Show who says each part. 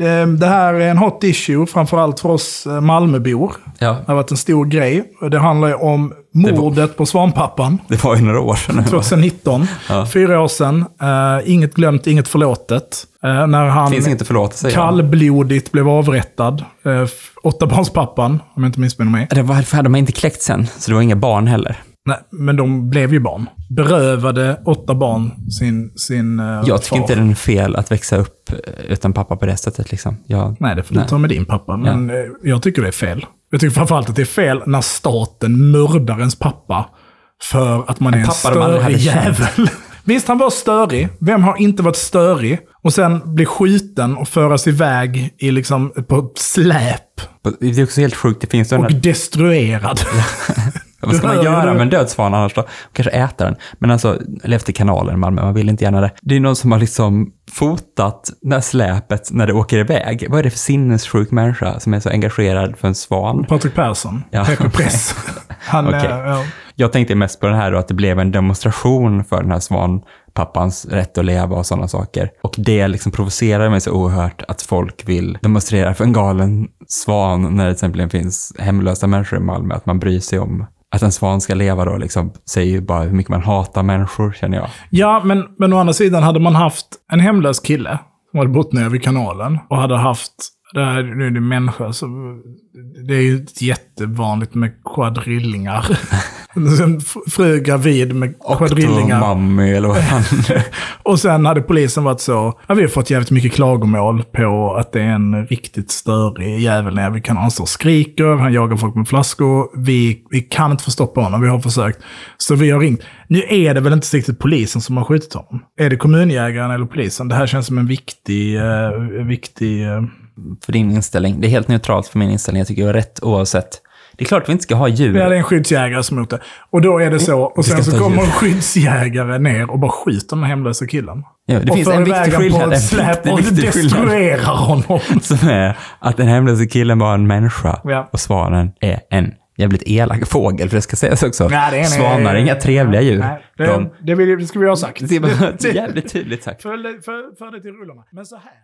Speaker 1: Eh, Det här är en hot issue, framförallt för oss eh, Malmöbor.
Speaker 2: Ja.
Speaker 1: Det har varit en stor grej. Det handlar ju om mordet på svampappan
Speaker 2: Det var ju några år sedan.
Speaker 1: 2019. Fyra år sedan. Eh, inget glömt, inget förlåtet. Eh, när han
Speaker 2: Finns inget att förlåta sig.
Speaker 1: kallblodigt blev avrättad. Eh, f- åttabarnspappan, om jag inte missminner mig.
Speaker 2: Eller varför hade man inte kläckt sen? Så det var inga barn heller.
Speaker 1: Nej, men de blev ju barn. Berövade åtta barn sin, sin eh,
Speaker 2: Jag
Speaker 1: far.
Speaker 2: tycker inte det är fel att växa upp eh, utan pappa på det sättet. Liksom. Jag,
Speaker 1: Nej, det får du ta med din pappa. Men eh, jag tycker det är fel. Jag tycker framförallt att det är fel när staten mördar ens pappa för att man är en
Speaker 2: pappa de aldrig
Speaker 1: störig
Speaker 2: hade känt.
Speaker 1: jävel. Visst, han var störig. Vem har inte varit störig? Och sen bli skjuten och föras iväg i liksom, på ett släp
Speaker 2: det är också helt sjukt. Det finns ju den
Speaker 1: och
Speaker 2: här,
Speaker 1: destruerad.
Speaker 2: vad ska
Speaker 1: du
Speaker 2: man
Speaker 1: hör
Speaker 2: göra
Speaker 1: ju.
Speaker 2: med en dödsvan annars då? Kanske äta den. Men alltså, eller efter kanalen i Malmö, man vill inte gärna det. Det är någon som har liksom fotat det här släpet när det åker iväg. Vad är det för sinnessjuk människa som är så engagerad för en svan?
Speaker 1: Patrik Persson,
Speaker 2: Ja,
Speaker 1: PP
Speaker 2: okej.
Speaker 1: Press. Han,
Speaker 2: Okej.
Speaker 1: eh, ja.
Speaker 2: Jag tänkte mest på den här då, att det blev en demonstration för den här svanpappans rätt att leva och sådana saker. Och det liksom provocerar mig så oerhört att folk vill demonstrera för en galen svan när det till exempel finns hemlösa människor i Malmö, att man bryr sig om att en svan ska leva då, liksom, säger ju bara hur mycket man hatar människor, känner jag.
Speaker 1: Ja, men, men å andra sidan hade man haft en hemlös kille som hade bott nere vid kanalen och hade haft, det här nu är det människa, så det är ju jättevanligt med kvadrillingar. Sen f- fru gravid med kvadrillingar.
Speaker 2: Mammy eller vad fan.
Speaker 1: Och sen hade polisen varit så, ja, vi har fått jävligt mycket klagomål på att det är en riktigt störig jävel när vi kan han står och skriker, han jagar folk med flaskor, vi, vi kan inte få stopp på honom, vi har försökt. Så vi har ringt. Nu är det väl inte riktigt polisen som har skjutit honom? Är det kommunjägaren eller polisen? Det här känns som en viktig, eh, viktig... eh,
Speaker 2: för din inställning. Det är helt neutralt för min inställning. Jag tycker jag är rätt oavsett. Det är klart vi inte ska ha djur.
Speaker 1: Ja, det är en skyddsjägare som har gjort det. Och då är det så, och sen så
Speaker 2: ska ta
Speaker 1: kommer
Speaker 2: djur.
Speaker 1: en skyddsjägare ner och bara skjuter den här hemlösa killen.
Speaker 2: Ja, det
Speaker 1: och
Speaker 2: finns
Speaker 1: för
Speaker 2: en
Speaker 1: iväg
Speaker 2: viktig
Speaker 1: han
Speaker 2: skillnad.
Speaker 1: på
Speaker 2: En
Speaker 1: ett släp
Speaker 2: viktig,
Speaker 1: och
Speaker 2: viktig skillnad.
Speaker 1: destruerar honom.
Speaker 2: Som är att den hemlöse killen var en människa
Speaker 1: Ja.
Speaker 2: och svanen är en jävligt elak fågel, för det ska sägas också.
Speaker 1: Nej, det är en-
Speaker 2: Svanar är inga trevliga djur.
Speaker 1: Nej, det,
Speaker 2: De,
Speaker 1: det, vill, det ska vi ha sagt.
Speaker 2: det är bara jävligt tydligt sagt.
Speaker 1: Följ för, för det till rullarna. Men så här.